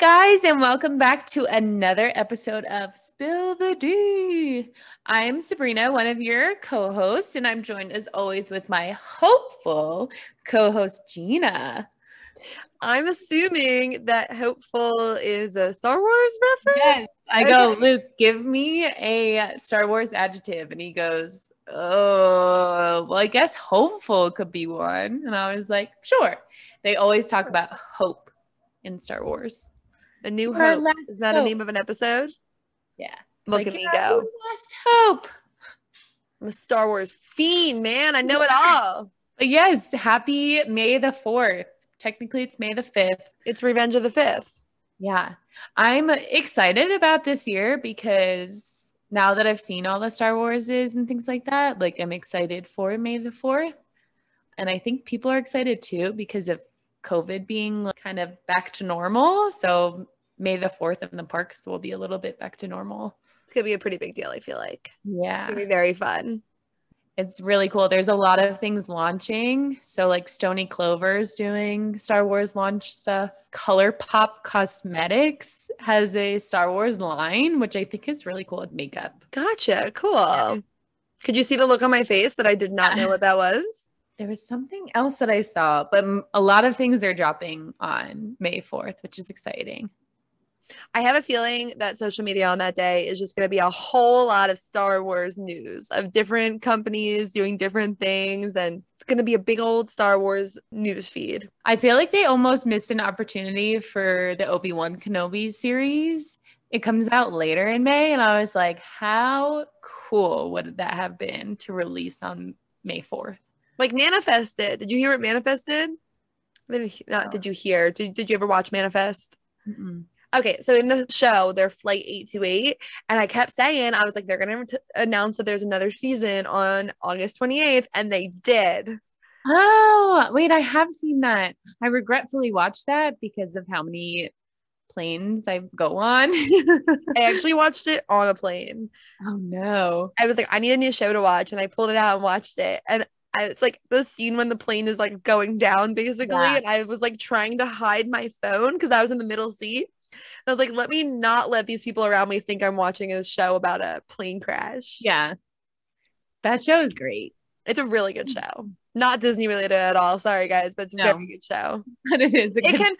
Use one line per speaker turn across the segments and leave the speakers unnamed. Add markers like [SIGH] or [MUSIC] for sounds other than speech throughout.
guys, and welcome back to another episode of Spill the D. I'm Sabrina, one of your co hosts, and I'm joined as always with my hopeful co host, Gina.
I'm assuming that hopeful is a Star Wars reference.
Yes, I go,
Okay.
Luke, give me a Star Wars adjective. And he goes, Oh, well, I guess hopeful could be one. And I was like, Sure. They always talk about hope in Star Wars.
A new
Our
hope.
last
Is that a
hope.
name of an episode?
Yeah.
Look
Like,
at me
"You're our
go.
Last hope.
I'm a Star Wars fiend, man. I know it
Yeah.
all.
But yes, happy May the 4th. Technically, it's May the 5th.
It's Revenge of the Fifth.
Yeah. I'm excited about this year because now that I've seen all the Star Warses and things like that, like I'm excited for May the 4th. And I think people are excited too because of COVID being like, kind of back to normal. So May the 4th in the parks will be a little bit back to normal.
It's gonna be a pretty big deal. I feel like it's
Yeah.
gonna be very fun.
It's really cool. There's a lot of things launching. So like Stony Clover's doing Star Wars launch stuff. ColourPop Cosmetics has a Star Wars line, which I think is really cool with makeup.
Gotcha. Cool. Could you see the look on my face that I did not
Yeah.
know what that was?
There was something else that I saw, but m- a lot of things are dropping on May 4th, which is exciting.
I have a feeling that social media on that day is just going to be a whole lot of Star Wars news of different companies doing different things. And it's going to be a big old Star Wars news feed.
I feel like they almost missed an opportunity for the Obi-Wan Kenobi series. It comes out later in May, and I was like, how cool would that have been to release on May 4th?
Like Manifested. Did you hear what Manifested? Did you- Not did you hear? Did, did you ever watch Manifest?
Mm-mm.
Okay, so in the show, they're Flight 828. And I kept saying, I was like, they're going to announce that there's another season on August 28th. And they did.
Oh, wait, I have seen that. I regretfully watched that because of how many planes I go on. [LAUGHS]
I actually watched it on a plane.
oh, no.
I was like, I need a new show to watch, and I pulled it out and watched it. And I, it's like the scene when the plane is like going down, basically.
Yeah.
And I was like trying to hide my phone because I was in the middle seat. And I was like, let me not let these people around me think I'm watching a show about a plane crash.
Yeah. That show is great. [LAUGHS]
It's a really good show. Not Disney related at all. Sorry, guys, but it's a
No.
very good show.
But it is. a
It
good-
can.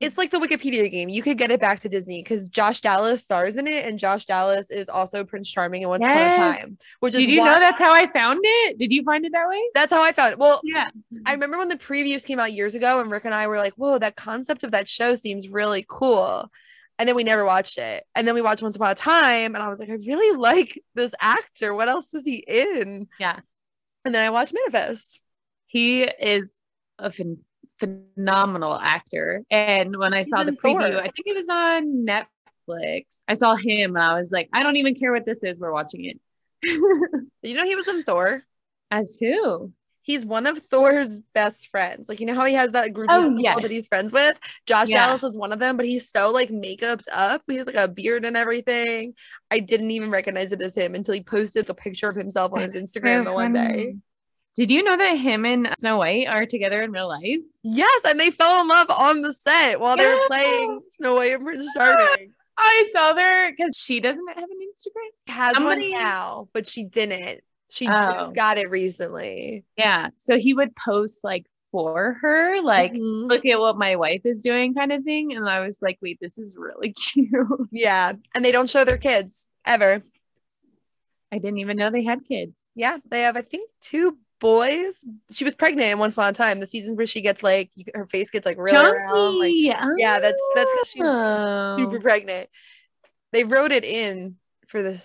It's like the Wikipedia game. You could get it back to Disney because Josh Dallas stars in it, and Josh Dallas is also Prince Charming in Once Upon
Yes.
a Time, which is
Did you
why-
know that's how I found it? Did you find it that way?
that's how I found it. Well,
Yeah.
I remember when the previews came out years ago, and Rick and I were like, "Whoa, that concept of that show seems really cool." And then we never watched it. And then we watched Once Upon a Time, and I was like, "I really [LAUGHS] like this actor. What else is he in?"
Yeah.
And then I watched Manifest.
He is a phen phenomenal actor. And when I saw
He's
the
in Thor.
preview, I think it was on Netflix. I saw him and I was like, I don't even care what this is. We're watching it.
You know, he was in Thor.
As who?
He's one of Thor's best friends. Like, you know how he has that group
Oh,
of people
yes.
that he's friends with? Josh
Yeah.
Dallas is one of them, but he's so like makeuped up. He has like a beard and everything. I didn't even recognize it as him until he posted a picture of himself on his Instagram the one day.
Did you know that him and Snow White are together in real life?
Yes, and they fell in love on the set while they were
Yeah.
playing Snow White and Prince Charming.
I saw their because she doesn't have an Instagram.
Has
Somebody-
one now, but she didn't. She
Oh.
just got it recently.
Yeah. So he would post like for her, like,
Mhm.
look at what my wife is doing kind of thing. And I was like, wait, this is really [LAUGHS] cute.
yeah, and they don't show their kids ever.
I didn't even know they had kids.
Yeah, they have I think two boys. She was pregnant in Once Upon a Time. The seasons where she gets like you, her face gets like really round, like
Chunky.
yeah, that's- that's 'cause she super
Oh.
pregnant. They wrote it in for the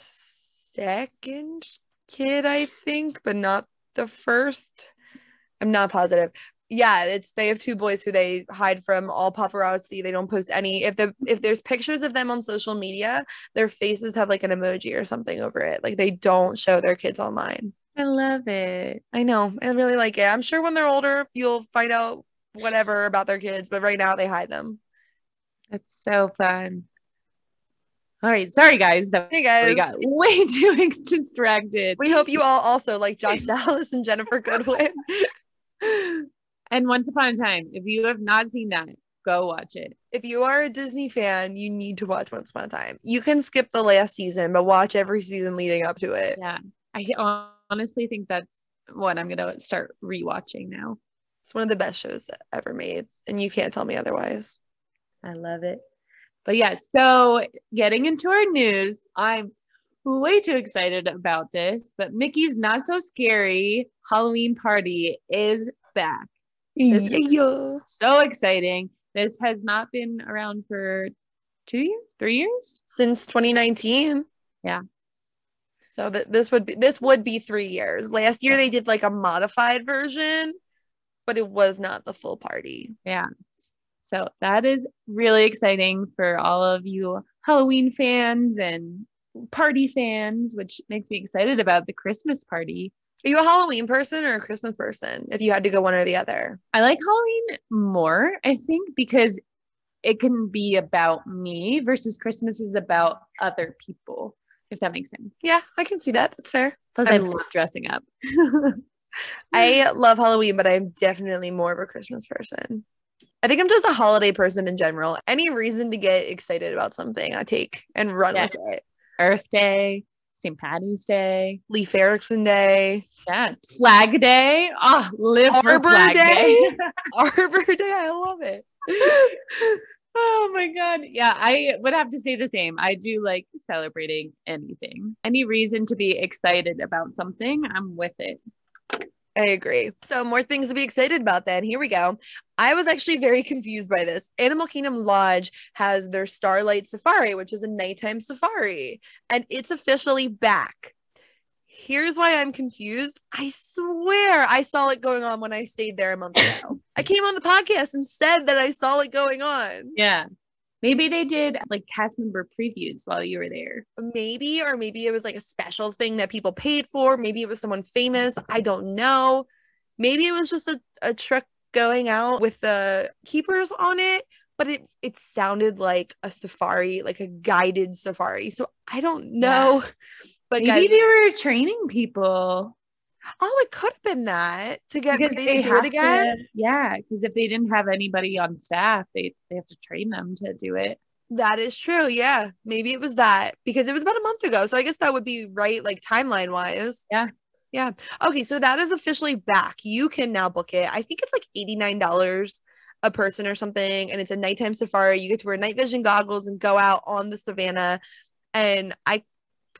second kid, I think, but not the first. I'm not positive. Yeah, it's they have two boys who they hide from all paparazzi. They don't post any. If the if there's pictures of them on social media, their faces have like an emoji or something over it. Like they don't show their kids online.
I love it.
I know. I really like it. I'm sure when they're older, you'll find out whatever about their kids, but right now they hide them.
That's so fun. All right. Sorry, guys. That
Hey
we
guys.
got [LAUGHS] way too distracted. [GASPS]
We hope you all also like Josh Dallas and Jennifer Goodwin.
and Once Upon a Time, if you have not seen that, Go watch it.
If you are a Disney fan, you need to watch Once Upon a Time. You can skip the last season, but watch every season leading up to it.
Yeah. I hon- honestly think that's what I'm going to start rewatching now.
It's one of the best shows ever made, and you can't tell me otherwise.
I love it. But yeah, so getting into our news, I'm way too excited about this, but Mickey's Not So Scary Halloween Party is back. This is-
Yeah.
So exciting. This has not been around for two years, three years.
Since 2019.
Yeah.
So th- this would be this would be three years. Last year they did like a modified version, but it was not the full party.
So that is really exciting for all of you Halloween fans and party fans, which makes me excited about the Christmas party.
Are you a Halloween person or a Christmas person? If you had to go one or the other.
I like Halloween more, I think, because it can be about me versus Christmas is about other people, if that makes sense.
Yeah, I can see that. That's fair.
Plus, I
I'm-
love dressing up.
I love Halloween, but I'm definitely more of a Christmas person. I think I'm just a holiday person in general. Any reason to get excited about something, I take and run
Yeah.
with it.
Earth Day, St. Patty's Day,
Leif Erikson Day, [LAUGHS]
yeah, Flag Day. Oh, live for
Arbor
Flag Day.
Arbor Day. I love it.
[LAUGHS] oh my god. Yeah, I would have to say the same. I do like celebrating anything. Any reason to be excited about something, I'm with it.
I agree. So more things to be excited about then. Here we go. I was actually very confused by this. Animal Kingdom Lodge has their Starlight Safari, which is a nighttime safari, and it's officially back. Here's why I'm confused. I swear I saw it going on when I stayed there a month ago. I came on the podcast and said that I saw it going on.
Yeah. Maybe they did like cast member previews while you were there.
Maybe, or maybe it was like a special thing that people paid for. Maybe it was someone famous. I don't know. Maybe it was just a, a truck going out with the keepers on it, but it it sounded like a safari, like a guided safari. So I don't know. [LAUGHS] But
Maybe
guys,
they were training people.
oh, it could have been that to get
because
Renee
they
to do
have
it
to-
again.
yeah, because if they didn't have anybody on staff, they, they have to train them to do it.
That is true. Yeah. Maybe it was that because it was about a month ago. So I guess that would be right, like timeline wise.
Yeah.
Yeah. Okay. So that is officially back. You can now book it. I think it's like $89 a person or something. And it's a nighttime safari. You get to wear night vision goggles and go out on the savannah. And I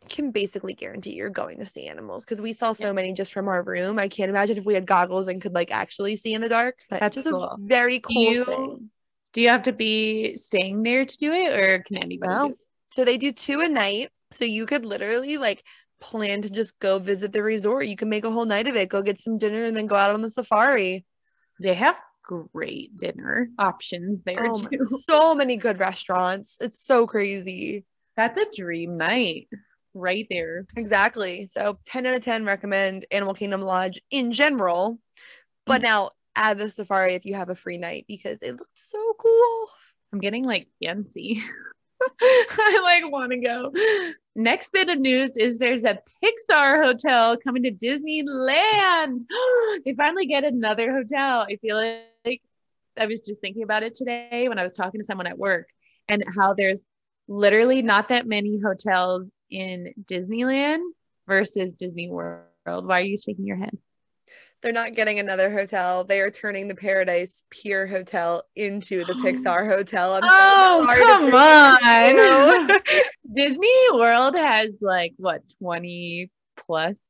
can basically guarantee you're going to see animals because we saw so many just from our room. I can't imagine if we had goggles and could like actually see in the dark. But
That's
just
cool.
a very
Do
cool
you-
thing.
Do you have to be staying there to do it or can anybody?
No.
do it?
So they do two a night. So you could literally like plan to just go visit the resort. You can make a whole night of it. Go get some dinner and then go out on the safari.
They have great dinner options there
Oh my-
too. [LAUGHS]
so many good restaurants. It's so crazy.
That's a dream night right there.
Exactly. So 10 out of 10 recommend Animal Kingdom Lodge in general.
Mm.
But now add the safari if you have a free night because it looks so cool.
I'm getting like fancy. [LAUGHS] I like want to go. Next bit of news is there's a Pixar hotel coming to Disneyland. [GASPS] they finally get another hotel. I feel like I was just thinking about it today when I was talking to someone at work and how there's literally not that many hotels in Disneyland versus Disney World. Why are you shaking your head?
They're not getting another hotel. They are turning the Paradise Pier Hotel into
[GASPS]
the Pixar Hotel. I'm
Oh,
so sorry to
come
break it to you.
on. [LAUGHS]
[LAUGHS]
Disney World has like what 20 plus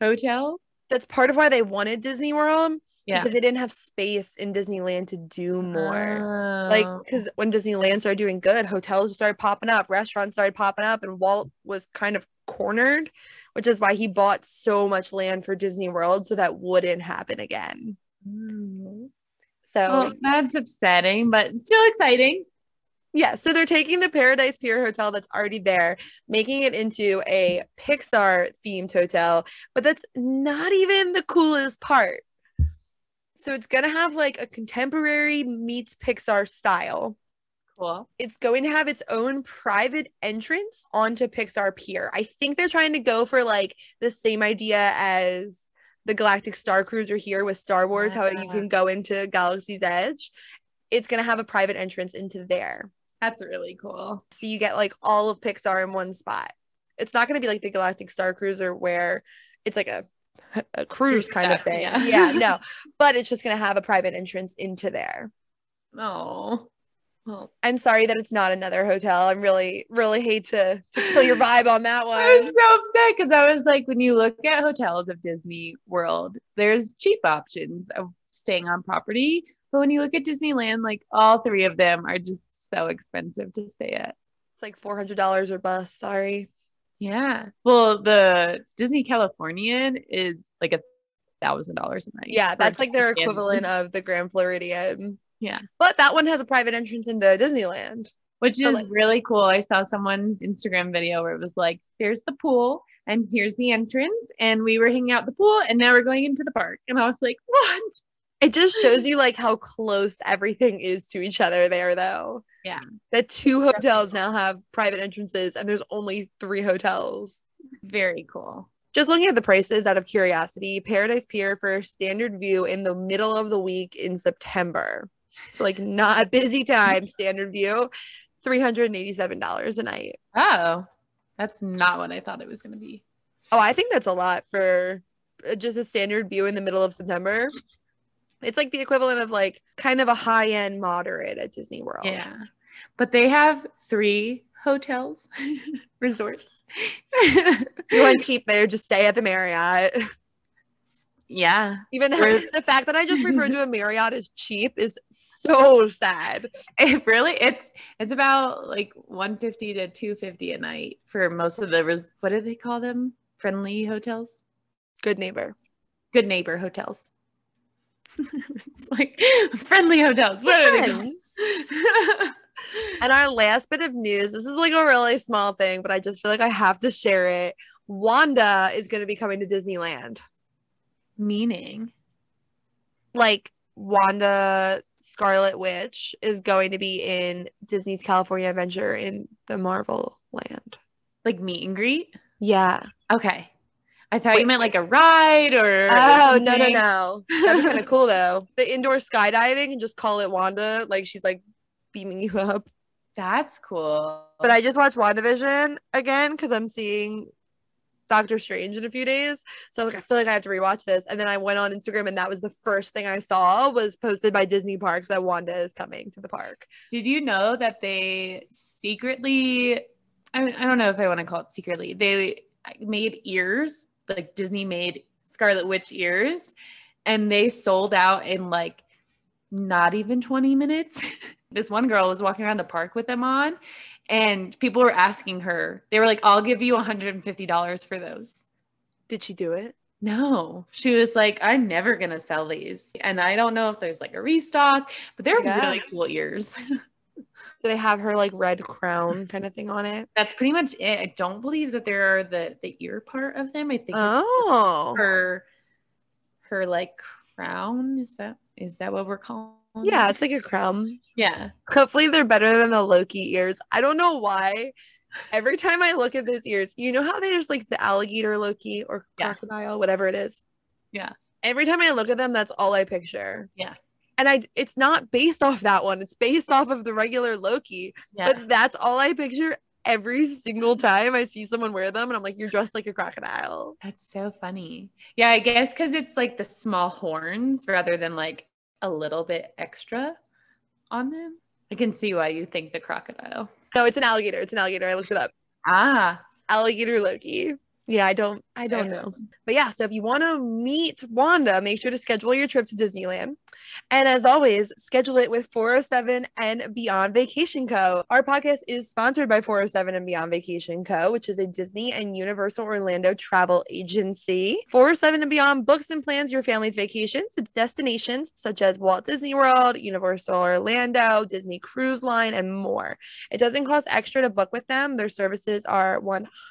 hotels?
that's part of why they wanted Disney World
Yeah.
because they didn't have space in Disneyland to do more. like,
Oh.
because when Disneyland started doing good, hotels started popping up, restaurants started popping up, and Walt was kind of cornered, which is why he bought so much land for Disney World so that wouldn't happen again.
Mm.
So,
Well, that's upsetting, but still exciting.
yeah, so they're taking the Paradise Pier hotel that's already there, making it into a Pixar themed hotel, but that's not even the coolest part. So it's going to have like a contemporary meets Pixar style.
Cool.
It's going to have its own private entrance onto Pixar Pier. I think they're trying to go for like the same idea as the Galactic Star Cruiser here with Star Wars, how you
Yeah.
can go into Galaxy's Edge. it's going to have a private entrance into there.
That's really cool.
So you get like all of Pixar in one spot. It's not going to be like the Galactic Star Cruiser where it's like a, a cruise kind of thing.
Yeah. [LAUGHS]
yeah, no, but it's just going to have a private entrance into there.
Oh. Well,
I'm sorry that it's not another hotel. I'm really, really hate to, to kill your vibe on that
I [LAUGHS] was
one.
so upset because I was like, when you look at hotels of Disney World, there's cheap options of staying on property. But when you look at Disneyland, like all three of them are just so expensive to stay at.
It's like $400 or bust. Sorry.
Yeah. Well, the Disney Californian is like a thousand dollars a night.
Yeah,
for
that's like their
just a family.
equivalent of the Grand Floridian.
Yeah.
But that one has a private entrance into Disneyland.
which
So,
is
like-
really cool. I saw someone's Instagram video where it was like, "There's the pool, and here's the entrance, and we were hanging out at the pool, and now we're going into the park." And I was like, "What?"
It just
[LAUGHS]
shows you like how close everything is to each other there though.
Yeah.
That two hotels now have private entrances and there's only three hotels.
Very cool.
Just looking at the prices out of curiosity, Paradise Pier for standard view in the middle of the week in September. So like not a
[LAUGHS]
busy time, standard view, $387 a night.
Oh, that's not what I thought it was going to be.
Oh, I think that's a lot for uh, just a standard view in the middle of September. It's like the equivalent of like kind of a high end moderate at Disney World.
Yeah. But they have three hotels, [LAUGHS] resorts.
you want cheap there, just stay at the Marriott.
[LAUGHS]
[LAUGHS]
yeah.
Even
Where-
[LAUGHS] the fact that I just referred to a Marriott as cheap is so sad.
It really it's it's about like 150 to 250 a night for most of the res- what do they call them? Friendly hotels?
Good neighbor.
Good neighbor hotels. [LAUGHS] it's like friendly hotels. What are they called?
Friends. And our last bit of news this is like a really small thing, but I just feel like I have to share it. Wanda is going to be coming to Disneyland.
[LAUGHS] Meaning.
like Wanda Scarlet Witch is going to be in Disney's California Adventure in the Marvel land.
Like meet and greet?
Yeah.
Okay. I thought
Wait.
you meant like a ride or
Oh no no
something.
no. That'd be kind of cool though. The indoor skydiving and just call it Wanda. Like she's like beaming you up.
That's cool.
But I just watched WandaVision again because I'm seeing Doctor Strange in a few days. So like I feel like I have to rewatch this. And then I went on Instagram and that was the first thing I saw was posted by Disney Parks that Wanda is coming to the park.
did you know that they secretly I, I don't know if I want to call it secretly. They made ears, like Disney made Scarlet Witch ears, and they sold out in like not even 20 minutes. [LAUGHS] this one girl was walking around the park with them on, and people were asking her, they were like, I'll give you $150 for those.
Did she do it?
No, she was like, I'm never gonna sell these. And I don't know if there's like a restock, but they're
Yeah.
really cool ears.
Do they have her like red crown kind of thing on it?
That's pretty much it. I don't believe that there are the the ear part of them. I think it's
Oh,
just her her like crown. Is that is that what we're calling? it?
yeah, it's like a crown.
Yeah.
Hopefully, they're better than the Loki ears. I don't know why. Every time I look at those ears, you know how there's like the alligator Loki or
Yeah.
crocodile, whatever it is.
Yeah.
Every time I look at them, that's all I picture.
Yeah.
And I, it's not based off that one. It's based off of the regular Loki,
Yeah.
but that's all I picture every single time I see someone wear them. And I'm like, you're dressed like a crocodile.
That's so funny. Yeah, I guess because it's like the small horns rather than like a little bit extra on them. I can see why you think the crocodile.
No, it's an alligator. It's an alligator. I looked it up.
Ah,
alligator Loki. Yeah, I don't I don't
Yeah.
know. But yeah, so if you want to meet Wanda, make sure to schedule your trip to Disneyland. And as always, schedule it with 407 and Beyond Vacation Co. Our podcast is sponsored by 407 and Beyond Vacation Co., which is a Disney and Universal Orlando travel agency. 407 and Beyond books and plans your family's vacations. It's destinations such as Walt Disney World, Universal Orlando, Disney Cruise Line, and more. It doesn't cost extra to book with them. Their services are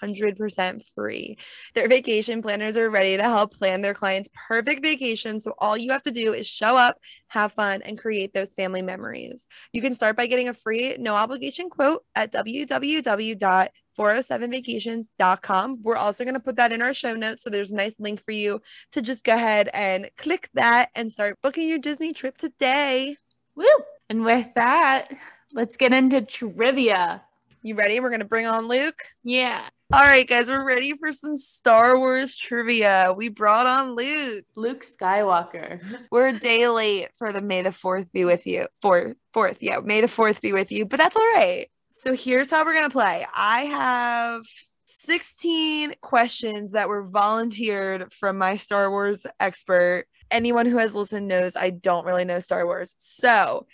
100% free. Their vacation planners are ready to help plan their clients' perfect vacation. So all you have to do is show up, have fun, and create those family memories. You can start by getting a free, no obligation quote at www. 407vacations.com. We're also going to put that in our show notes. So there's a nice link for you to just go ahead and click that and start booking your Disney trip today.
woo. And with that, let's get into trivia.
You ready? We're gonna bring on Luke.
Yeah.
All right, guys, we're ready for some Star Wars trivia. We brought on Luke.
Luke Skywalker.
[LAUGHS] We're a day late for the May the Fourth be with you. Fourth, fourth, yeah, May the Fourth be with you. But that's all right. So here's how we're gonna play. I have 16 questions that were volunteered from my Star Wars expert. Anyone who has listened knows I don't really know Star Wars. So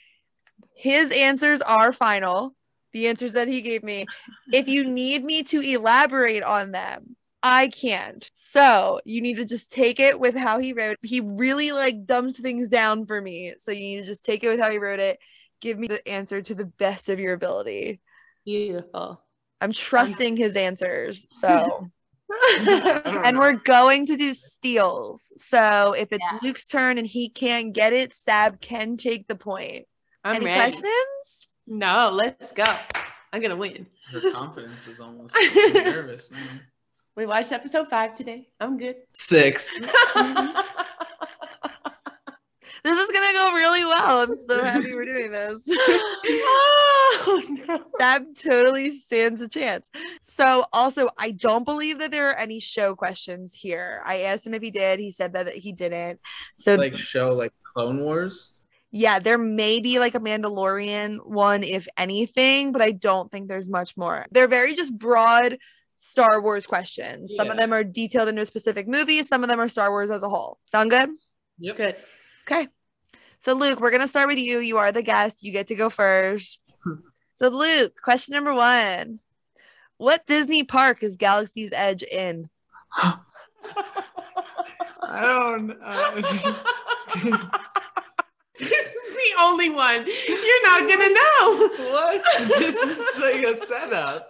his answers are final, the answers that he gave me. If you need me to elaborate on them, I can't. So you need to just take it with how he wrote. He really like dumbed things down for me. So you need to just take it with how he wrote it. Give me the answer to the best of your ability.
Beautiful.
I'm trusting his answers. So
[LAUGHS]
and we're going to do steals. So if it's
Yeah.
Luke's turn and he can't get it, Sab can take the point.
I'm
Any
ready.
questions?
No, let's go. I'm gonna win.
Her confidence is almost I'm nervous. Man.
We watched episode five today. I'm [LAUGHS] good. Mm-hmm.
Six.
[LAUGHS]
This is gonna go really well. I'm so happy we're doing this.
oh no. [LAUGHS]
That totally stands a chance. So, also, I don't believe that there are any show questions here. I asked him if he did. He said that he didn't. So,
Like show like Clone Wars.
yeah, there may be like a Mandalorian one, if anything, but I don't think there's much more. They're very just broad Star Wars questions. Some of
Yeah.
them are detailed into a specific movie, some of them are Star Wars as a whole. Sound good?
Yep.
Good.
So, Luke, we're going to start with you. You are the guest. You get to go first. so, Luke, question number one What Disney park is Galaxy's Edge in?
I don't. Uh, [LAUGHS]
this is the only one. You're not gonna know.
what? This is like a setup.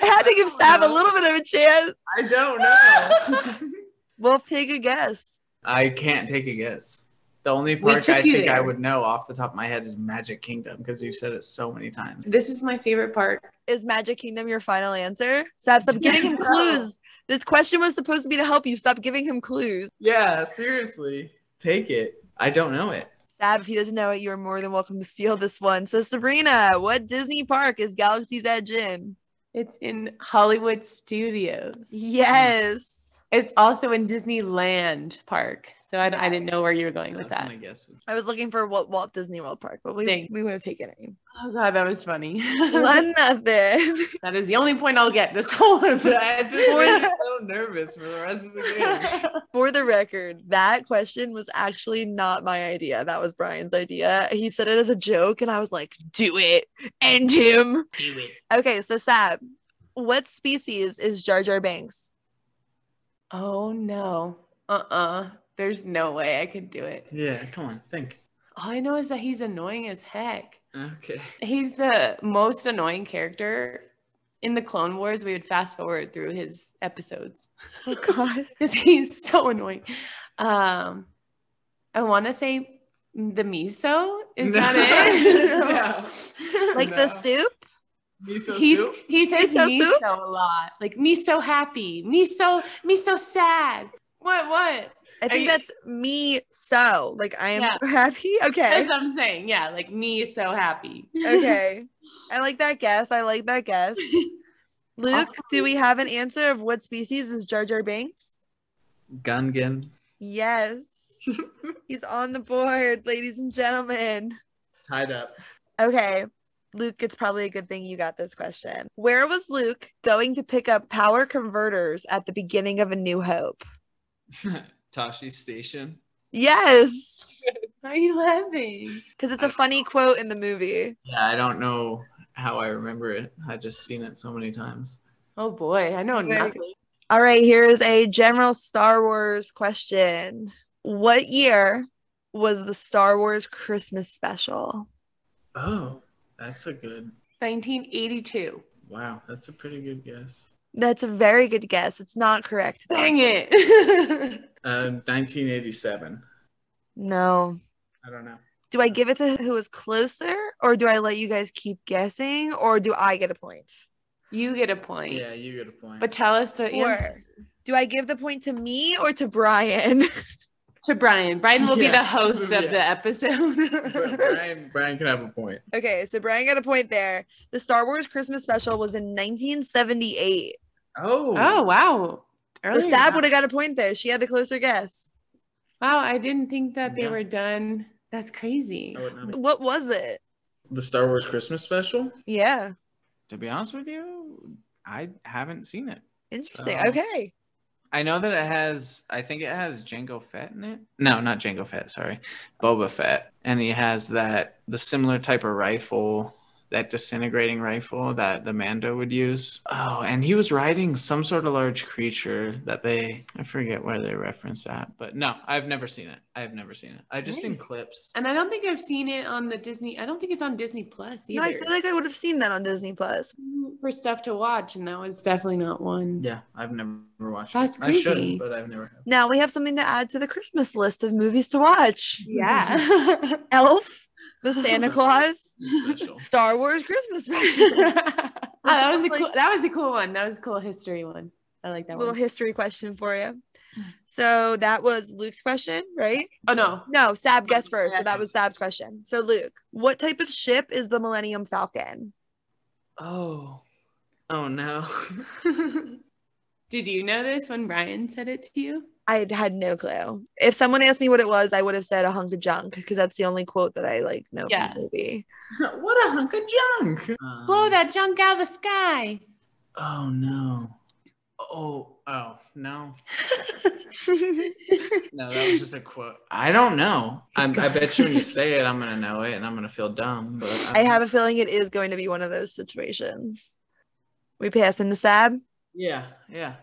I had to give
Oh,
Sab a
no.
little bit of a chance.
I don't know.
We'll take a guess.
I can't take a guess. The only
We
park
took
I
you
think I
there.
would know off the top of my head is Magic Kingdom because you've said it so many times.
This is my favorite part.
Is Magic Kingdom your final answer? Sab, stop giving him
No.
clues. This question was supposed to be to help you. Stop giving him clues.
Yeah, seriously. Take it. I don't know it.
Sab, if he doesn't know it, you are more than welcome to steal this one. So, Sabrina, what Disney park is Galaxy's Edge in?
It's in Hollywood Studios.
Yes.
It's also in Disneyland Park. So I, I didn't know where you were going with
That's
that. [LAUGHS]
my guess. [LAUGHS] was-
I was looking for what Walt Disney World Park, but we
Dang.
we would have taken it.
[LAUGHS] Oh god, that was funny. [LAUGHS]
One nothing.
that is the only point I'll get this whole
I
episode.
just made you so nervous for the rest of [LAUGHS] the game.
[LAUGHS] for the record, that question was actually not my idea. That was Brian's idea. He said it as a joke, and I was like, "Do it, end him."
Do it.
Okay, so Sab, what species is Jar Jar Banks?
oh no. Uh-uh. There's no way I could do it.
Yeah, come on, think.
All I know is that he's annoying as heck.
Okay.
He's the most annoying character in the Clone Wars. We would fast forward through his episodes [LAUGHS]
Oh God,
because he's so annoying. Um, I want to say the miso. Is
No. [LAUGHS]
that it?
No.
like the
No.
soup?
[LAUGHS]
Miso
He's,
soup?
he says
Miso
miso
soup?
a lot. Like me so happy, me so me so sad. What what?
I think
you-
that's me. So, like, I am
Yeah.
so happy. Okay,
That's what I'm saying. Yeah, like me so happy.
okay. I like that guess. I like that guess. Luke, do we have an answer of what species is Jar Jar Banks?
Gungan.
Yes. He's on the board, ladies and gentlemen.
Tied up.
Okay. Luke, it's probably a good thing you got this question. Where was Luke going to pick up power converters at the beginning of A New Hope?
[LAUGHS] Tashi Station.
Yes.
Why are you laughing?
Because it's a funny quote in the movie.
Yeah, I don't know how I remember it. I just seen it so many times.
Oh boy, I know
Very
nothing.
All right. Here is a general Star Wars question What year was the Star Wars Christmas special?
Oh, that's a good.
1982.
Wow, that's a pretty good guess.
That's a very good guess. It's not correct. though.
Dang it. [LAUGHS]
Uh, 1987.
No,
I don't know.
do I give it to who is closer, or do I let you guys keep guessing, or do I get a point?
you get a point.
Yeah, you get a point.
But tell us the
Or
answer.
do I give the point to me or to Brian? [LAUGHS]
to Brian. Brian will be
Yeah.
the host of
Yeah.
the episode.
Brian, Brian can have a point.
Okay, so Brian got a point there. The Star Wars Christmas special was in 1978.
Oh.
[LAUGHS] oh wow!
So
Earlier
Sab
than-
would have got a point there. She had the closer guess.
wow, I didn't think that they
Yeah.
were done. That's crazy.
I would not-
What was it?
The Star Wars Christmas special?
Yeah,
To be honest with you, I haven't seen it.
interesting.
So-
okay,
I know that it has. I think it has Django Fett in it. No, not Django Fett. Sorry, Boba Fett, and he has that the similar type of rifle, that disintegrating rifle that the Mando would use. Oh, and he was riding some sort of large creature that they. I forget where they reference that, but no, I've never seen it. I've never seen it. I've just seen
Really?
clips.
And I don't think I've seen it on the Disney. I don't think it's on Disney Plus either.
no, I feel like I would have seen that on Disney Plus.
for stuff to watch, and that was definitely not one.
Yeah, I've never watched.
That's
it. I
crazy.
should, but I've never.
[LAUGHS]
Have.
Now we have something to add to the Christmas list of movies to watch:
Yeah. [LAUGHS]
Elf, The Santa Claus,
Special.
Star
[LAUGHS]
Wars Christmas special.
oh, that was a
sounds like-
cool. That was a cool one. That was a cool history one. I like that
little
one.
history question for you. So that was Luke's question, right?
Oh no,
No, Sab guessed first. So that was Sab's question. So Luke, what type of ship is the Millennium Falcon?
Oh.
[LAUGHS]
Oh no.
Did you know this when Brian said it to you?
I had- had no clue. If someone asked me what it was, I would have said a hunk of junk because that's the only quote that I like know
Yeah.
from the movie.
[LAUGHS] what a hunk of junk.
Uh-huh.
Blow
Um,
that junk out of the
[LAUGHS]
sky.
Oh no. Oh oh no. No, that was just a quote. I don't know. i I bet you when you say it, I'm gonna know it, and I'm gonna feel dumb. But
I have a feeling it is going to be one of those situations. We pass into Sab.
[LAUGHS] Yeah,
[LAUGHS]
yeah.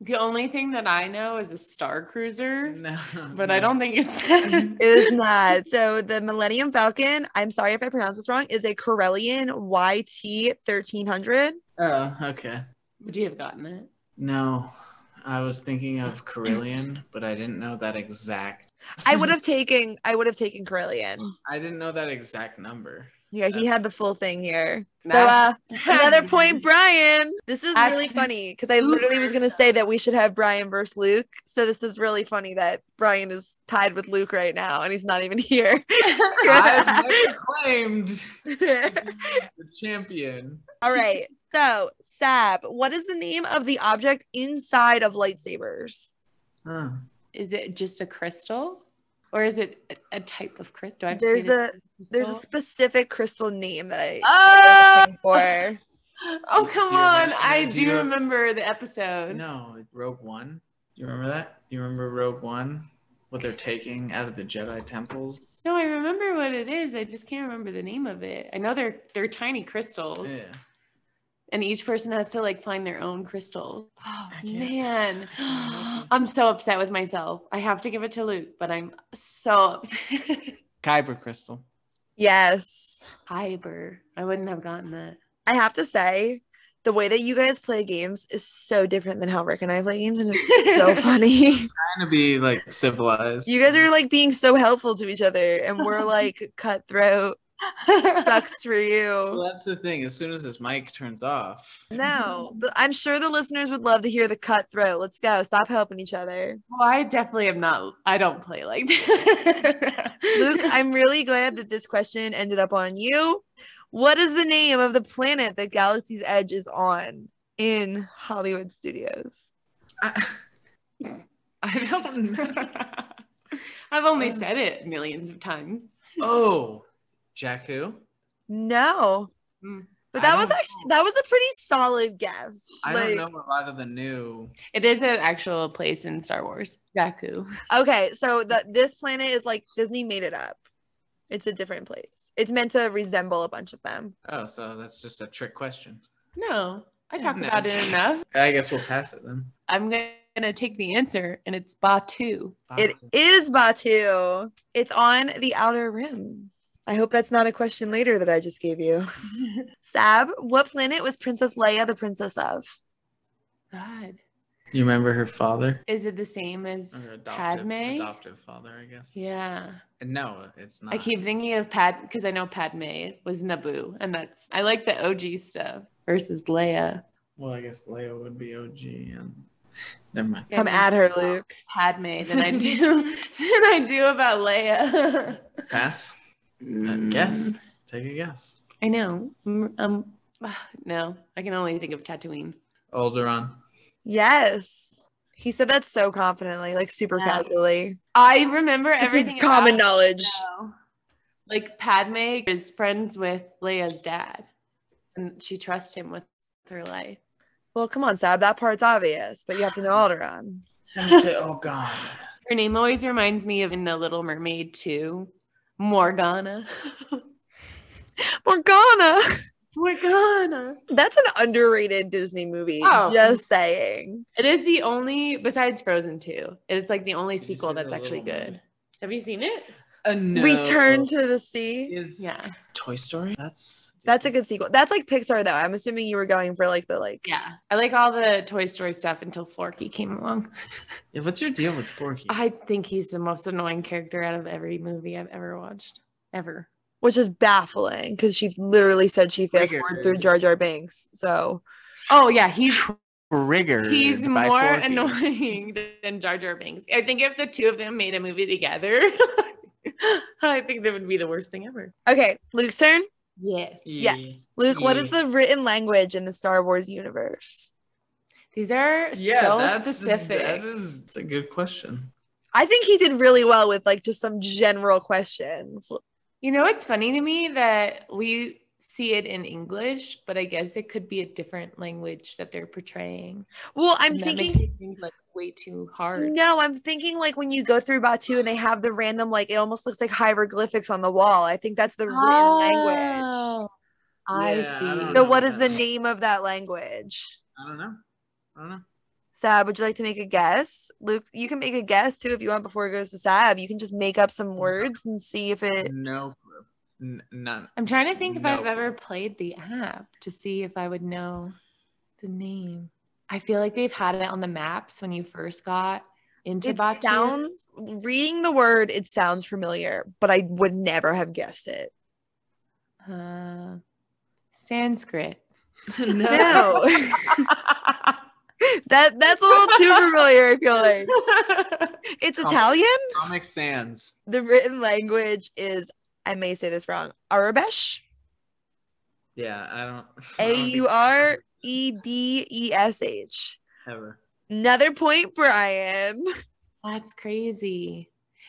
The only thing that I know is a star
Mm-hmm.
cruiser,
No,
but
no.
I don't think
[LAUGHS]
it's that.
It is not. So the Millennium Falcon, I'm sorry if I pronounce this wrong, is a Corellian YT 1300.
Oh, okay.
Would you have gotten it?
No, I was thinking of Carillion, but I didn't know that exact.
I would have taken I would have taken Corellian.
I didn't know that
[LAUGHS]
exact number.
Yeah, he had the full thing here. So
Nah.
uh [LAUGHS]
[LAUGHS]
Another point, [LAUGHS] Brian. This is
I-
really funny because I literally was going to say that we should have Brian versus Luke. So this is really funny that Brian is tied with Luke right now and he's not even here.
I've never claimed
All
the champion.
right. So, Sab, what is the name of the object inside of lightsabers?
Huh.
Is it just a crystal, or is it a, a type of crystal? Do I have to say
There's
that
a
it's
there's a
crystal?
specific crystal name that I [LAUGHS]
Oh!
looking for.
Oh come
Do you
on!
remember-
I
do
do,
you re-
remember the episode.
No, Rogue One. Do you remember that? Do you remember Rogue One? What they're taking out of the Jedi temples?
No, I remember what it is. I just can't remember the name of it. I know they're they're tiny crystals,
Yeah.
and each person has to like find their own crystal. [GASPS] Oh
I can't-
man,
remember.
I'm so upset with myself. I have to give it to Luke, but I'm so upset.
Kyber crystal.
Yes.
Hyper. I wouldn't have gotten
[LAUGHS]
that.
I have to say the way that you guys play games is so different than how Rick and I play games and
[LAUGHS]
it's so funny. [LAUGHS]
Trying to be like civilized.
You guys are like being so helpful to each other,
[LAUGHS]
and we're like cutthroat. Sucks for
[LAUGHS]
Well,
you.
that's the thing. As soon as this mic turns off.
No, but I'm sure the listeners would love to hear the cutthroat. Let's go. Stop helping each other.
well, I definitely am not. I don't play like that.
Luke, I'm really glad that this question ended up on you. What is the name of the planet that Galaxy's Edge is on in Hollywood Studios?
I, I don't know.
[LAUGHS] I've only
Um,
said it millions of times.
[LAUGHS] Oh, Jakku.
No.
Mm.
But
Hmm. I
that was
don't
actually that was a pretty solid guess.
I
Like-
don't know a lot of the new.
It is an actual place in Star Wars. Jakku.
Okay, so the, this planet is like Disney made it up. It's a different place. It's meant to resemble a bunch of them.
Oh, so that's just a trick question.
No, I
Yeah,
talk
no.
about it enough.
I guess we'll pass it then.
I'm gonna take the answer, and it's Batu.
It is Batu. It's on the outer rim. I hope that's not a question later that I just gave you. [LAUGHS] Sab, what planet was Princess Leia the princess of?
God,
You remember her father?
is it the same as
Her adoptive,
Padme?
adoptive Ah. father, I guess.
Yeah,
No, it's not.
I keep thinking of Pad because I know Padme was Naboo, and that's I like the OG stuff versus Leia.
Well, I guess Leia would be OG, and Never mind.
Come at her, Luke.
Padme than I
[LAUGHS]
do than I do about Leia.
Pass. Uh, guess. Take a guess.
I know. Mm, Um, [SIGHS] ah, no, I can only think of Tatooine.
Alderaan.
Yes. He said that so confidently, like super
Yeah.
casually.
I remember
This
everything.
is
about
common
it,
knowledge.
though. Like Padme is friends with Leia's dad, and she trusts him with her life.
Well, come on, Sab. That part's obvious, but you have to know Alderaan.
[LAUGHS]
Send it to Ogon.
Her name always reminds me of in The Little Mermaid too, Morgana. [LAUGHS]
Morgana.
Morgana.
That's an underrated Disney movie.
Oh.
Just saying.
It is the only, besides Frozen 2, it's like the only
you
sequel
see The
that's actually
Little
good.
Mermaid?
Have you seen it?
A no.
Return to the Sea.
is
Yeah.
Toy Story. That's
That's a good sequel. That's like Pixar though. I'm assuming you were going for like the like
Yeah. I like all the Toy Story stuff until Forky came along.
Yeah, what's your deal with Forky?
I think he's the most annoying character out of every movie I've ever watched. Ever.
which is baffling because she literally said she fast forwards
Triggered.
through Jar Jar Banks. So
Oh yeah, he's
Triggered.
he's
by
more
Forky.
annoying [LAUGHS] than Jar Jar Binks. I think if the two of them made a movie together, [LAUGHS] I think that would be the worst thing ever.
okay, Luke's turn.
Yes.
Yeah.
Yes. Luke, what is the written language in the Star Wars universe?
These are
Yeah,
so
that's,
specific.
That is it's a good question.
I think he did really well with like just some general questions.
You know, it's funny to me that we see it in English, but I guess it could be a different language that they're portraying.
Well, I'm
And that
thinking
makes it seem, like way too hard.
No, I'm thinking like when you go through Batu and they have the random, like it almost looks like hieroglyphics on the wall. I think that's the written language.
Oh, I
Yeah, I
see.
don't
So,
know
what
what
is the
that is.
name of that language?
I don't know. I don't know.
Sab, would you like to make a guess? Luke, you can make a guess too if you want before it goes to Sab. You can just make up some words and see if it.
No clue. N- none.
I'm trying to think if I've
No.
ever played the app to see if I would know the name. I feel like they've had it on the maps when you first got into
It
Batu.
sounds, reading the word, it sounds familiar, but I would never have guessed it.
Uh, Sanskrit.
No,
[LAUGHS]
that that's a little too familiar, I feel like. It's
Um,
Italian?
Comic Sans.
the written language is I may say this wrong. Arabesh.
Yeah, I don't. [LAUGHS] I
A
don't think
U R E B E S H.
Ever.
Another point, Brian.
That's crazy.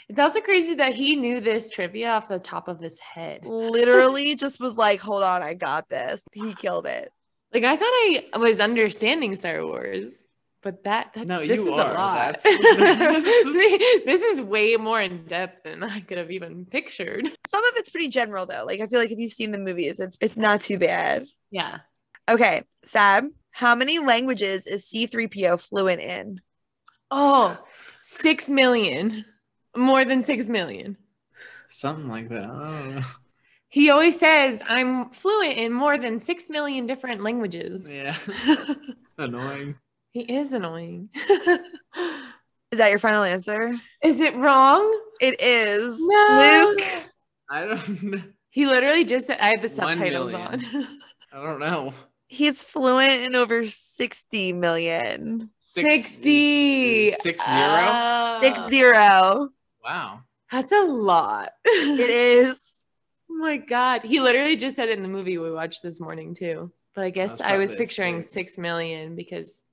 It's also crazy that he knew this trivia off the top of his head.
Literally just was like, hold on, I got this. He killed it.
Like I thought I was understanding Star Wars, but that, that
No,
this
you
is
are.
a lot.
[LAUGHS] That's-
[LAUGHS] this is way more in depth than I could have even pictured.
Some of it's pretty general though. Like I feel like if you've seen the movies, it's it's not too bad.
Yeah.
Okay, Sab, how many languages is C3PO fluent in?
Oh, six million. More than six million.
Something like that. I don't know.
He always says, I'm fluent in more than six million different languages.
[LAUGHS] Yeah. [LAUGHS] Annoying.
He is annoying. [LAUGHS]
Is that your final answer?
is it wrong?
It is.
No.
Luke.
I don't. kn-
He literally just said, I had the
One
subtitles on. [LAUGHS]
million. I don't know.
He's fluent in over 60 million.
Six-
60.
Six zero?
Oh.
Six zero.
Wow.
That's a lot.
[LAUGHS] It is.
Oh my God. He literally just said it in the movie we watched this morning, too. But I guess
That's
I was
probably a
picturing
mistake.
six million because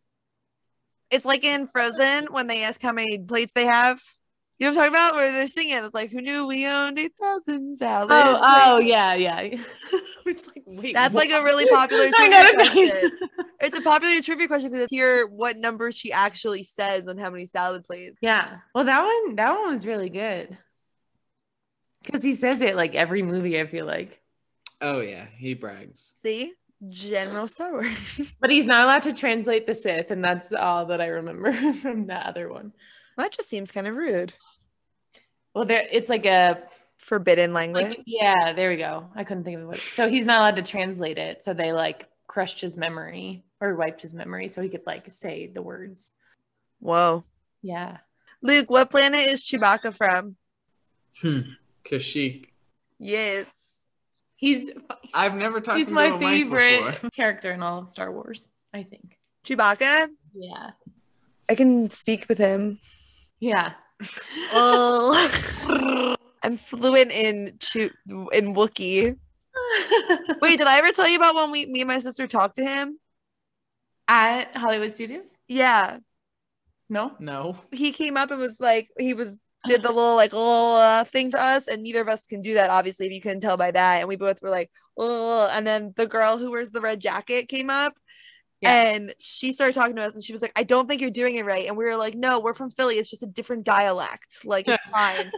It's like in Frozen when they ask how many plates they have. You know what I'm talking about? Where they're singing. It's like, who knew we owned 8,000 salads?
Oh, [LAUGHS] oh,
Like,
yeah, yeah. I was like, wait,
That's like a
what?
really
[LAUGHS]
popular
I
trivia
gotta
question.
think.
It's a popular trivia question because hear what number she actually says on how many salad plates.
[LAUGHS] yeah. Well, that one, that one was really good because he says it like every movie. I feel like,
Oh yeah, he brags.
See? General Star Wars. [LAUGHS]
but he's not allowed to translate the Sith, and that's all that I remember [LAUGHS] from that other one.
that just seems kind of rude.
Well, there, it's like a,
Forbidden language.
like, yeah. There we go. I couldn't think of what. So he's not allowed to translate it. So they like crushed his memory or wiped his memory so he could like say the words.
Whoa.
Yeah.
Luke, what planet is Chewbacca from?
Hmm. Kashyyyk.
Yes.
He's
I've never talked
he's
to
my
a mic
[LAUGHS] favorite
before.
character in all of Star Wars, I think.
Chewbacca?
Yeah.
I can speak with him.
Yeah.
[LAUGHS] Oh, I'm fluent in Chu- in Wookiee. Wait, did I ever tell you about when we, me and my sister talked to him?
[LAUGHS] At Hollywood Studios?
Yeah,
No.
No.
he came up and was like, he was did the little like little uh, thing to us, and neither of us can do that. Obviously, if you couldn't tell by that, and we both were like, oh, and then the girl who wears the red jacket came up.
Yeah.
And she started talking to us, and she was like, "I don't think you're doing it right." And we were like, "No, we're from Philly. It's just a different dialect. Like it's fine."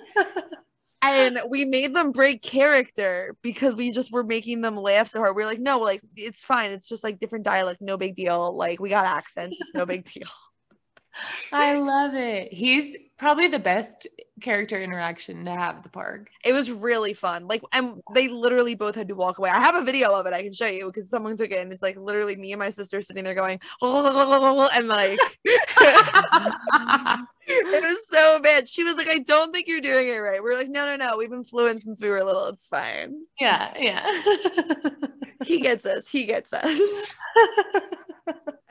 and we made them break character because we just were making them laugh so hard. We were like, no, like it's fine. It's just like different dialect, no big deal. Like we got accents, it's no big deal.
[LAUGHS] I love it. He's probably the best character interaction to have at the [LAUGHS] park.
It was really fun. Like, and they literally both had to walk away. I have a video of it. I can show you because someone took it, and it's like literally me and my sister sitting there going, [LAUGHS] and like. [LAUGHS] It was so bad. She was like, I don't think you're doing it right. We are like, no, no, no. We've been fluent since we were little. It's fine.
yeah, [LAUGHS] yeah.
He gets us. He gets us.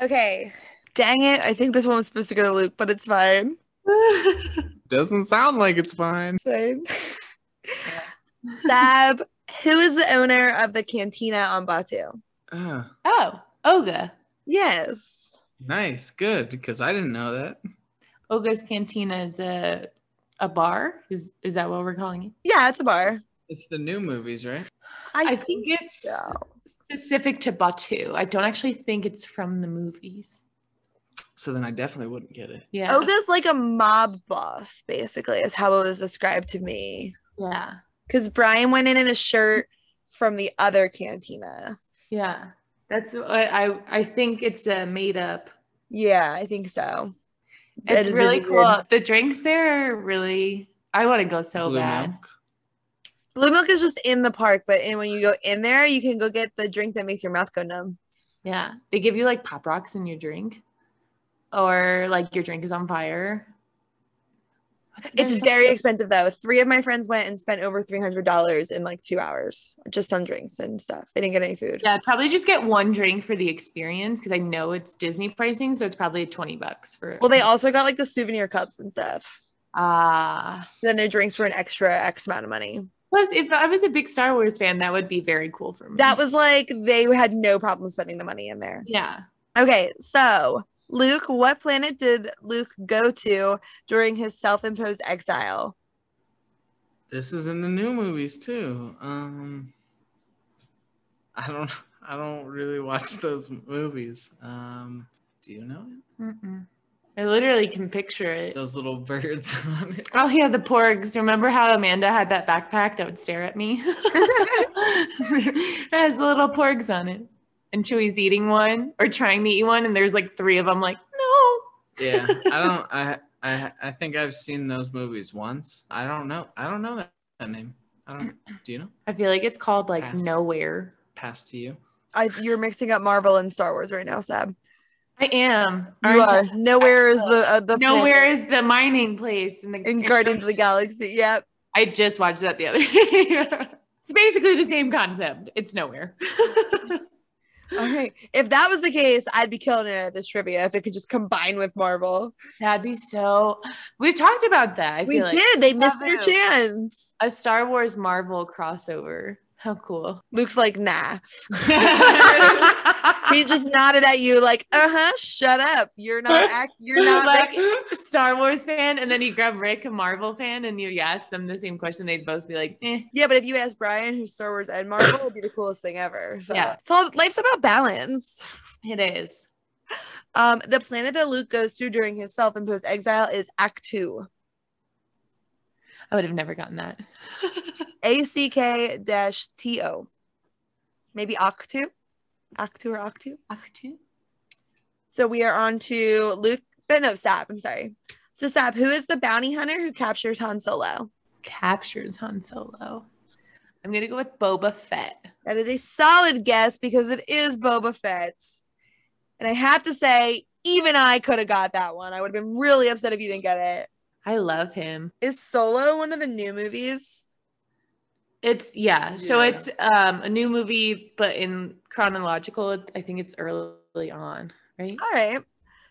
Okay. Dang it. I think this one was supposed to go to Luke, but it's fine.
Doesn't sound like it's fine.
It's fine. Sab, who is the owner of the cantina on Batu?
Ah,
oh, Oga.
Yes.
nice. Good. Because I didn't know that.
Oga's Cantina is a a bar. Is is that what we're calling it?
Yeah, it's a bar.
It's the new movies, right?
I,
I
think,
think it's-
so.
Specific to Batu. I don't actually think it's from the movies.
So then I definitely wouldn't get it.
Yeah.
Oga's like a mob boss, basically, is how it was described to me.
Yeah.
Because Brian went in in a shirt from the other cantina.
Yeah. That's what I I think it's a made up.
Yeah, I think so. That
It's
is
really
weird.
cool. The drinks there are really I want to go so
Blue
bad.
milk.
Blue milk is just in the park, but and when you go in there, you can go get the drink that makes your mouth go numb.
Yeah. They give you like pop rocks in your drink. Or like your drink is on fire.
It's
There's some-
very expensive though. Three of my friends went and spent over three hundred dollars in like two hours just on drinks and stuff. They didn't get any food.
Yeah, I'd probably just get one drink for the experience because I know it's Disney pricing, so it's probably twenty bucks for.
Well, they also got like the souvenir cups and stuff.
ah.
Then their drinks were an extra X amount of money.
Plus, if I was a big Star Wars fan, that would be very cool for me.
That was like they had no problem spending the money in there.
yeah.
Okay, so Luke, what planet did Luke go to during his self-imposed exile?
This is in the new movies too. Um, I don't. [LAUGHS] I don't really watch [LAUGHS] those movies. Um, do you know it?
Mm-mm. I literally can picture it.
those little [LAUGHS] birds on it?
Oh yeah, the porgs. Remember how Amanda had that backpack that would stare at
[LAUGHS]
me? [LAUGHS] it has little porgs on it. And Chewie's eating one or trying to eat one, and there's like three of them like, no.
Yeah, I don't. I I I think I've seen those movies once. I don't know. I don't know that, that name. I don't. Do you know?
I feel like it's called like
Pass.
nowhere.
Pass to you.
I, you're mixing up Marvel and Star Wars right now, Sab.
I am.
You are nowhere is the uh, the
Nowhere
planet
is the mining place in the
in Guardians of the Galaxy. Yep.
I just watched that the other day. [LAUGHS] it's basically the same concept. It's nowhere. [LAUGHS]
All right. If that was the case, I'd be killing it at this trivia if it could just combine with Marvel.
That'd be so. We've talked about that. I
we
feel like
did. They missed their
Bravo.
chance.
a Star Wars Marvel crossover. How cool! [LAUGHS]
Luke's like, nah. He
He's [LAUGHS]
just nodded at you like, uh-huh, shut up. You're not act- you're not
like
like
a Star Wars fan, and then you grab Rick, a Marvel fan, and you ask them the same question. They'd both be like, eh.
yeah, but if you ask Brian who's Star Wars and Marvel, it'd be the coolest thing ever. So
Yeah.
it's all life's about balance.
"It is."
Um, the planet that Luke goes to during his self-imposed exile is Actu.
I would have never gotten that.
A C K dash T O. Maybe Octu? Octu or Octu?
Octu?
So we are on to Luke, but no, Sab. I'm sorry. So Sab, who is the bounty hunter who captures Han Solo?
Captures Han Solo. I'm gonna go with Boba Fett.
That is a solid guess because it is Boba Fett. And I have to say, even I could have got that one. I would have been really upset if you didn't get
I love him.
it. Is Solo one of the new movies?
It's yeah. So
Yeah.
it's um a new movie, but in chronological, I think it's early on, right?
All right.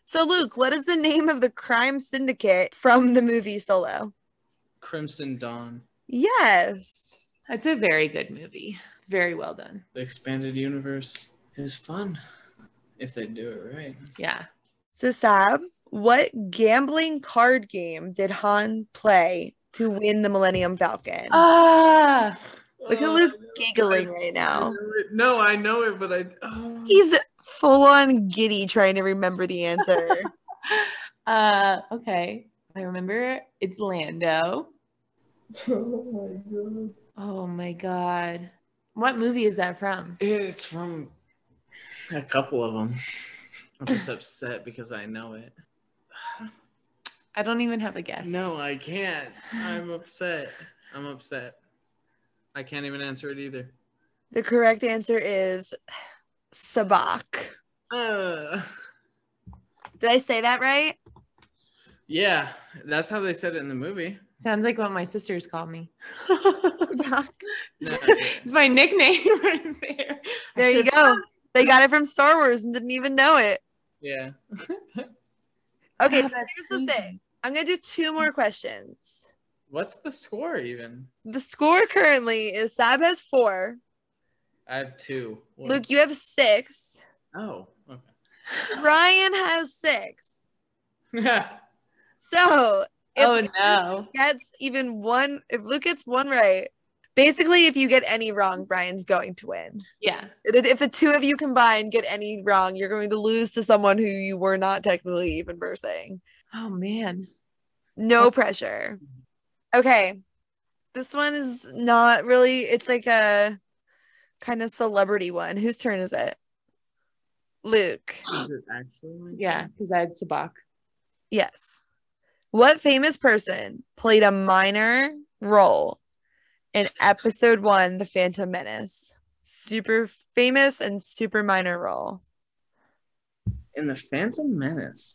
So, Luke, what is the name of the crime syndicate from the movie Solo?
Crimson Dawn,
Yes.
That's a very good movie. Very well done.
the expanded universe is fun if they do it right.
Yeah.
So, Sab, what gambling card game did Han play to win the Millennium Falcon?
Ah,
Look
Oh,
at Luke giggling right
um,
now.
No, I know it, but I. Oh.
He's full on giddy trying to remember the answer.
uh, okay. I remember it's Lando.
[LAUGHS] oh my god.
Oh my god. What movie is that from?
It's from a couple of them. I'm just upset because I know it.
I don't even have a guess.
No, I can't. I'm upset. I'm upset. I can't even answer it either.
the correct answer is Sabak.
Uh,
Did I say
[LAUGHS]
that right?
yeah, that's how they said it in the movie.
Sounds like what my sisters call
[LAUGHS]
me.
Sabak.
No,
[LAUGHS]
it's my nickname [LAUGHS] right there. I
There you
should-
go. They got it from Star Wars and didn't even know it.
yeah.
Okay,
Yeah,
so here's the thing. I'm gonna do two more questions.
What's the score even?
The score currently is Sab has four.
I have two. One-
Luke, you have six.
Oh, okay. [LAUGHS]
Ryan has six.
That's
So if
Oh
Luke
no.
gets even one, if Luke gets one right, basically if you get any wrong, Brian's going to win.
Yeah.
If if the two of you combined get any wrong, you're going to lose to someone who you were not technically even versing.
Oh man.
No pressure. Okay. This one is not really, it's like a kind of celebrity one. Whose turn is it? Luke.
it actually.
Yeah, because I had Sabak.
Yes. What famous person played a minor role in episode one, The Phantom Menace? Super famous and super minor role.
In the Phantom Menace.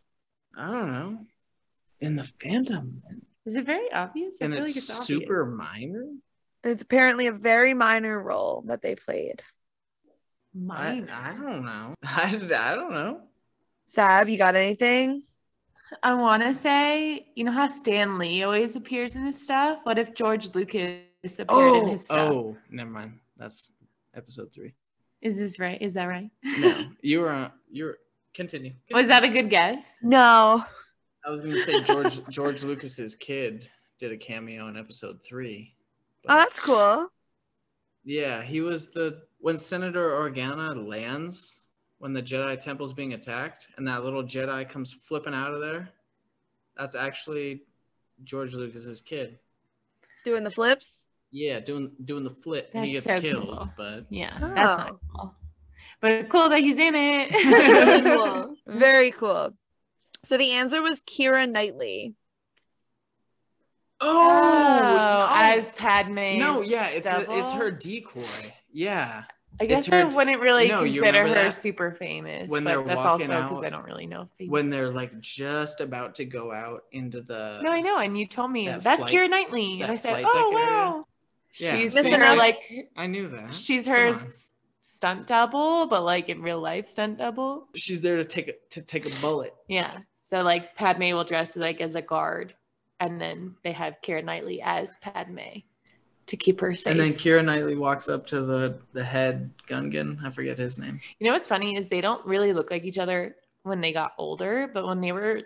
I don't know. In the Phantom Menace.
Is it very obvious? I
And
feel
it's,
like it's obvious.
super minor?
It's apparently a very minor role that they played.
I,
Mine.
I don't know. [LAUGHS] I, I don't know.
Sab, you got anything?
I want to say, you know how Stan Lee always appears in his stuff? What if George Lucas appeared in his stuff?
oh, never mind. That's episode three.
Is this right? Is that right? [LAUGHS]
No, you were on, you were continue.
Was that a good guess?
No.
I was gonna say George George Lucas's kid did a cameo in episode three. but-
Oh, that's cool.
Yeah, he was the when Senator Organa lands when the Jedi temple's being attacked and that little Jedi comes flipping out of there. That's actually George Lucas's kid.
Doing the flips.
Yeah, doing doing the flip and he
That's so
gets killed,
cool.
but
Yeah, that's not
Oh.
cool. But cool that he's in [LAUGHS]
[LAUGHS] Very
it.
cool. [LAUGHS] Very cool. So the answer was Kira Knightley.
oh,
no.
as Padme.
No, yeah, it's the, it's her decoy. Yeah.
I guess
it's her
I
d-
wouldn't really
No, you
consider her
remember that?
super famous,
When they're
but that's also
walking
because I
out-
don't really know. Famous.
When they're like just about to go out into the
no, I know, and you told me
that
that's
flight-
Kira Knightley,
that
and I said,
flight
"Oh
deck area.
wow,
Yeah,
she's
Missing
her
out.
like
I knew that.
she's
Come
her
on.
s- stunt double, but like in real life stunt double."
she's there to take a to take a bullet.
Yeah. So like Padme will dress like as a guard, and then they have Kira Knightley as Padme to keep her safe.
And then Kira Knightley walks up to the the head Gungan. I forget his name.
you know what's funny is they don't really look like each other when they got older, but when they were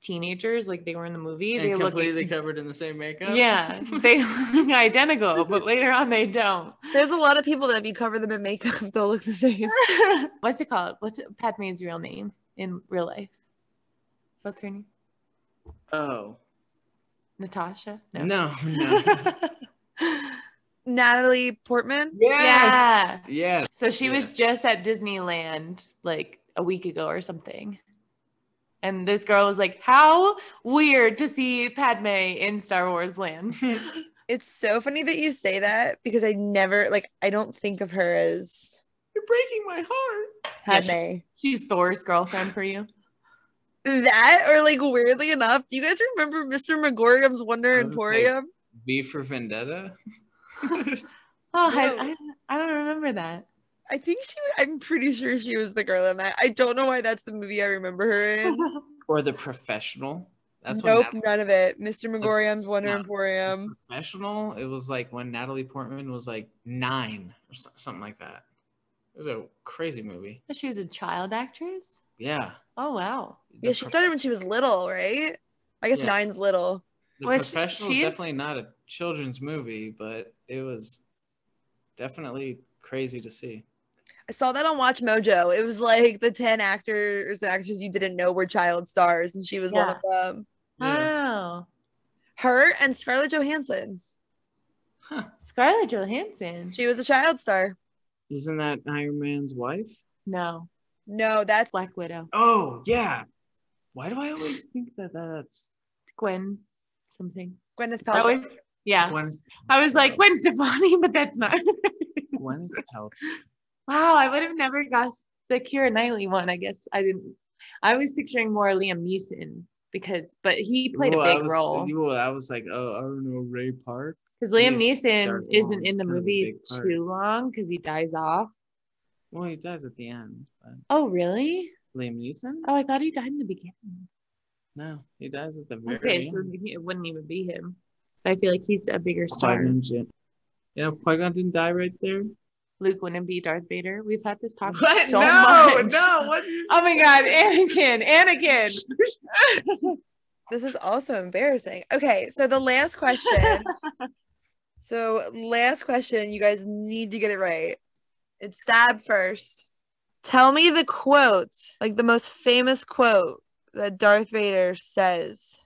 teenagers, like they were in the movie, they
and
look [LAUGHS]
completely covered in the same makeup.
yeah, they look identical, but later on they don't.
There's a lot of people that if you cover them in makeup, [LAUGHS] they'll look the same.
What's it called? What's Padme's real name in real life? What's her name?
Oh
Natasha?
no no.
[LAUGHS]
yes.
Natalie Portman.
Yeah.
Yes.
So she was
Yes.
just at Disneyland like a week ago or something. And this girl was like, How weird to see Padme in Star Wars land.
It's so funny that you say that because I never like I don't think of her as
You're breaking my heart.
Yeah,
Padme.
she's- She's Thor's girlfriend for you.
that or like weirdly enough, do you guys remember Mr. McGorgum's Wonder
I was gonna say-
Emporium?
[LAUGHS] V for Vendetta.
Oh, I,
No.
Oh, I, I don't remember that.
I think she. I'm pretty sure she was the girl in that. I don't know why that's the movie I remember her in.
or the professional. [LAUGHS] That's what
nope,
Natalie-
none of it. Mr. Megorium's Wonder
No. [LAUGHS]
Emporium.
professional. It was like when Natalie Portman was like nine or so- something like that. It was a crazy movie.
[LAUGHS] But she was a child actress.
Yeah.
Oh wow.
Yeah, she started when she was little, right? I guess
Yeah.
nine's little.
The
Was she-
professional is
she-
definitely not a children's movie, but it was definitely crazy to see.
I saw that on Watch Mojo. It was like the 10 actors and actors you didn't know were child stars, and she was one of them.
Yeah.
Oh,
Wow.
Her and Scarlett Johansson.
Huh.
Scarlett Johansson.
She was a child star.
Isn't that Iron Man's wife?
No,
No, that's
Black Widow.
Oh yeah. Why do I always think that that's
Gwen something.
Gwyneth
That
Paltrow.
was yeah.
Gwen?
I was like Gwen Stefani, [LAUGHS] but that's not.
Gwen Paltrow.
[LAUGHS] wow, I would have never guessed the Kira Knightley one. I guess I didn't. I was picturing more Liam Neeson because, but he played
Ooh,
a
I
big
was,
role
ooh, I was like, oh, I don't know, Ray Park.
because Liam
he's
Neeson
Darth Maul,
isn't
he's
in the
kind of a
movie
big part.
too long because he dies off.
Well, he dies at the end. But
Oh really?
Liam Neeson?
Oh, I thought he died in the beginning.
No, he dies at the very
Okay,
end.
so it wouldn't even be him. I feel like he's a bigger star.
Qui-Gon Jinn. Yeah, Qui-Gon didn't die right there.
Luke wouldn't be Darth Vader. We've had this talk
[LAUGHS] What?
so
no,
much.
no. What? you-
[LAUGHS] Oh my God, Anakin,
[LAUGHS]
Anakin.
This is also embarrassing. Okay, so the last question. so last question, you guys need to get it right. It's Sab first. Tell me the quote, like the most famous quote that Darth Vader says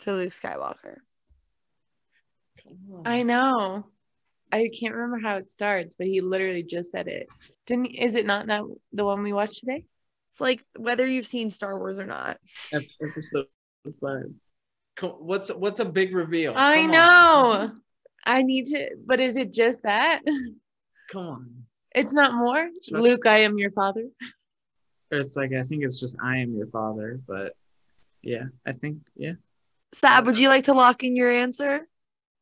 to Luke Skywalker.
I know. I can't remember how it starts, but he literally just said it. Didn't is it not that the one we watched today?
It's like whether you've seen Star Wars or not.
Ep- Episode five. Co- What's what's a big reveal?
I
Come on. Mm-hmm.
know. I need to but is it just that? [LAUGHS]
Come on.
It's not more.
Just-
Luke, I am your father.
Or it's like I think it's just I am your father, but yeah, I think yeah.
Sab, would you like to lock in your answer?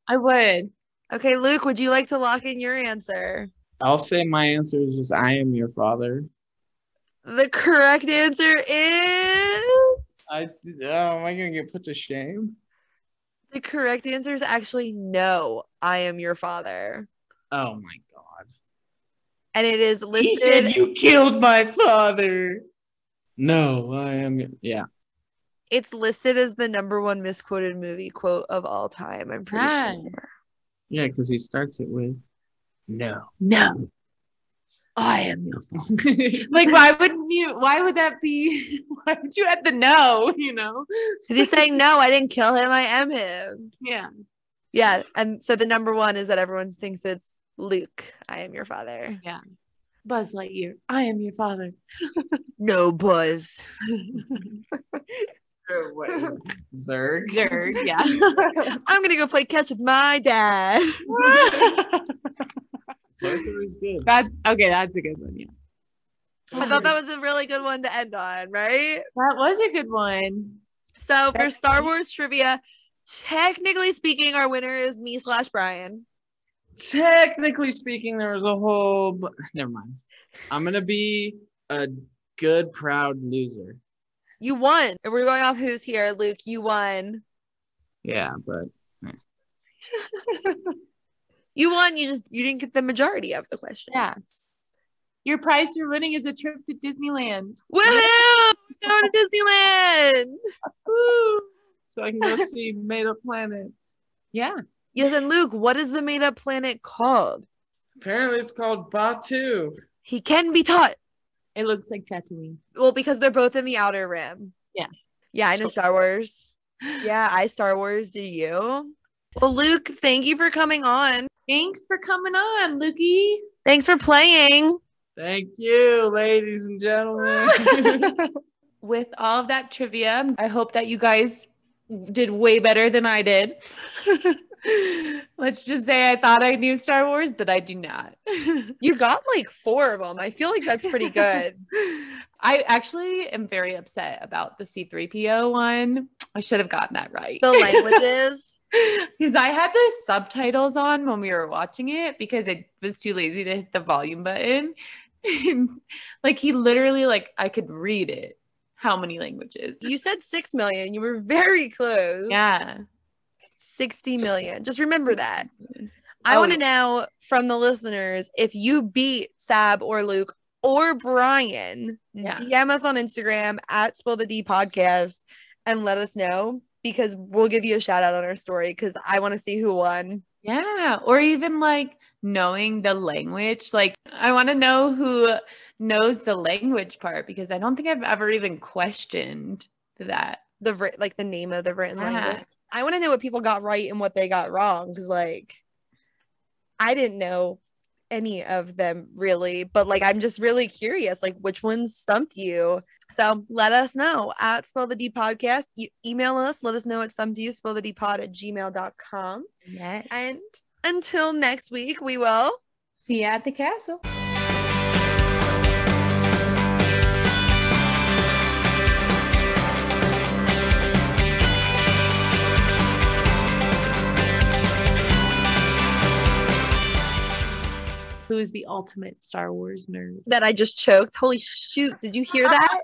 I would.
Okay, Luke, would you like to lock in your answer?
I'll say my answer is just I am your father.
The correct answer is
I oh, am I gonna get put to shame?
The correct answer is actually no, I am your father.
Oh my god.
And it is
He said
listed
you killed my father. No, I am. your- Yeah.
it's listed as the number one misquoted movie quote of all time. I'm pretty
Nice.
sure.
Yeah, because he starts it with no.
No. I am your
[LAUGHS]
father. like why wouldn't you why would that be [LAUGHS] why would you add the no, you know?
'Cause He's saying, No, I didn't kill him, I am him.
Yeah.
Yeah. And so the number one is that everyone thinks it's Luke, I am your father.
Buzz Lightyear, I am your father.
No buzz.
What, Zerg.
Zerg, yeah.
I'm gonna go play catch with my dad.
Both of these
[LAUGHS]
good.
that's okay, that's a good one, yeah.
I thought that was a really good one to end on, right?
That was a good one.
So for
That's
Star
nice.
Wars trivia, technically speaking, our winner is me slash Brian.
Technically speaking, there was a whole. bu- Never mind. I'm gonna be a good, proud loser.
You won. If we're going off who's here, Luke, you won.
Yeah, but
You won. You just you didn't get the majority of the question.
Yeah. Your prize for winning is a trip to Disneyland.
Woohoo! Going to Disneyland.
Woo! so I can [LAUGHS] go see made up planets.
Yeah.
Yes, and Luke, what is the made up planet called?
Apparently, it's called Batu.
He can be taught.
It looks like Tatooine.
Well, because they're both in the outer rim.
Yeah.
Yeah, I know
So-
Star Wars. Yeah, I Star Wars. Do you? Well, Luke, thank you for coming on.
Thanks for coming on, Lukey.
Thanks for playing.
Thank you, ladies and [LAUGHS] gentlemen.
[LAUGHS] With all of that trivia, I hope that you guys did way better than I did. [LAUGHS] Let's just say I thought I knew Star Wars, but I do not. [LAUGHS]
You got like four of them. I feel like that's pretty good.
I actually am very upset about the C3PO one. I should have gotten that right. [LAUGHS]
the languages.
Because I had the subtitles on when we were watching it because I was too lazy to hit the volume button. [LAUGHS] like he literally like I could read it. How many languages?
You said 6 million. You were very close.
Yeah.
60 million. Just remember that. I
Oh,
want to know from the listeners if you beat Sab or Luke or Brian.
Yeah.
DM us on Instagram at Spill the D podcast and let us know because we'll give you a shout out on our story because I want to see who won.
Yeah. Or even like knowing the language. Like I want to know who knows the language part because I don't think I've ever even questioned that.
The writ- like the name of the written
Yeah.
language. I want to know what people got right and what they got wrong because like I didn't know any of them really, but like I'm just really curious like which one stumped you. So let us know at Spell the D podcast. You email us, let us know what stumped you, spell the D pod at gmail.com.
Yes.
And until next week, we will.
see you at the castle.
Who is the ultimate Star Wars nerd?
That I just choked. Holy shoot. Did you hear that?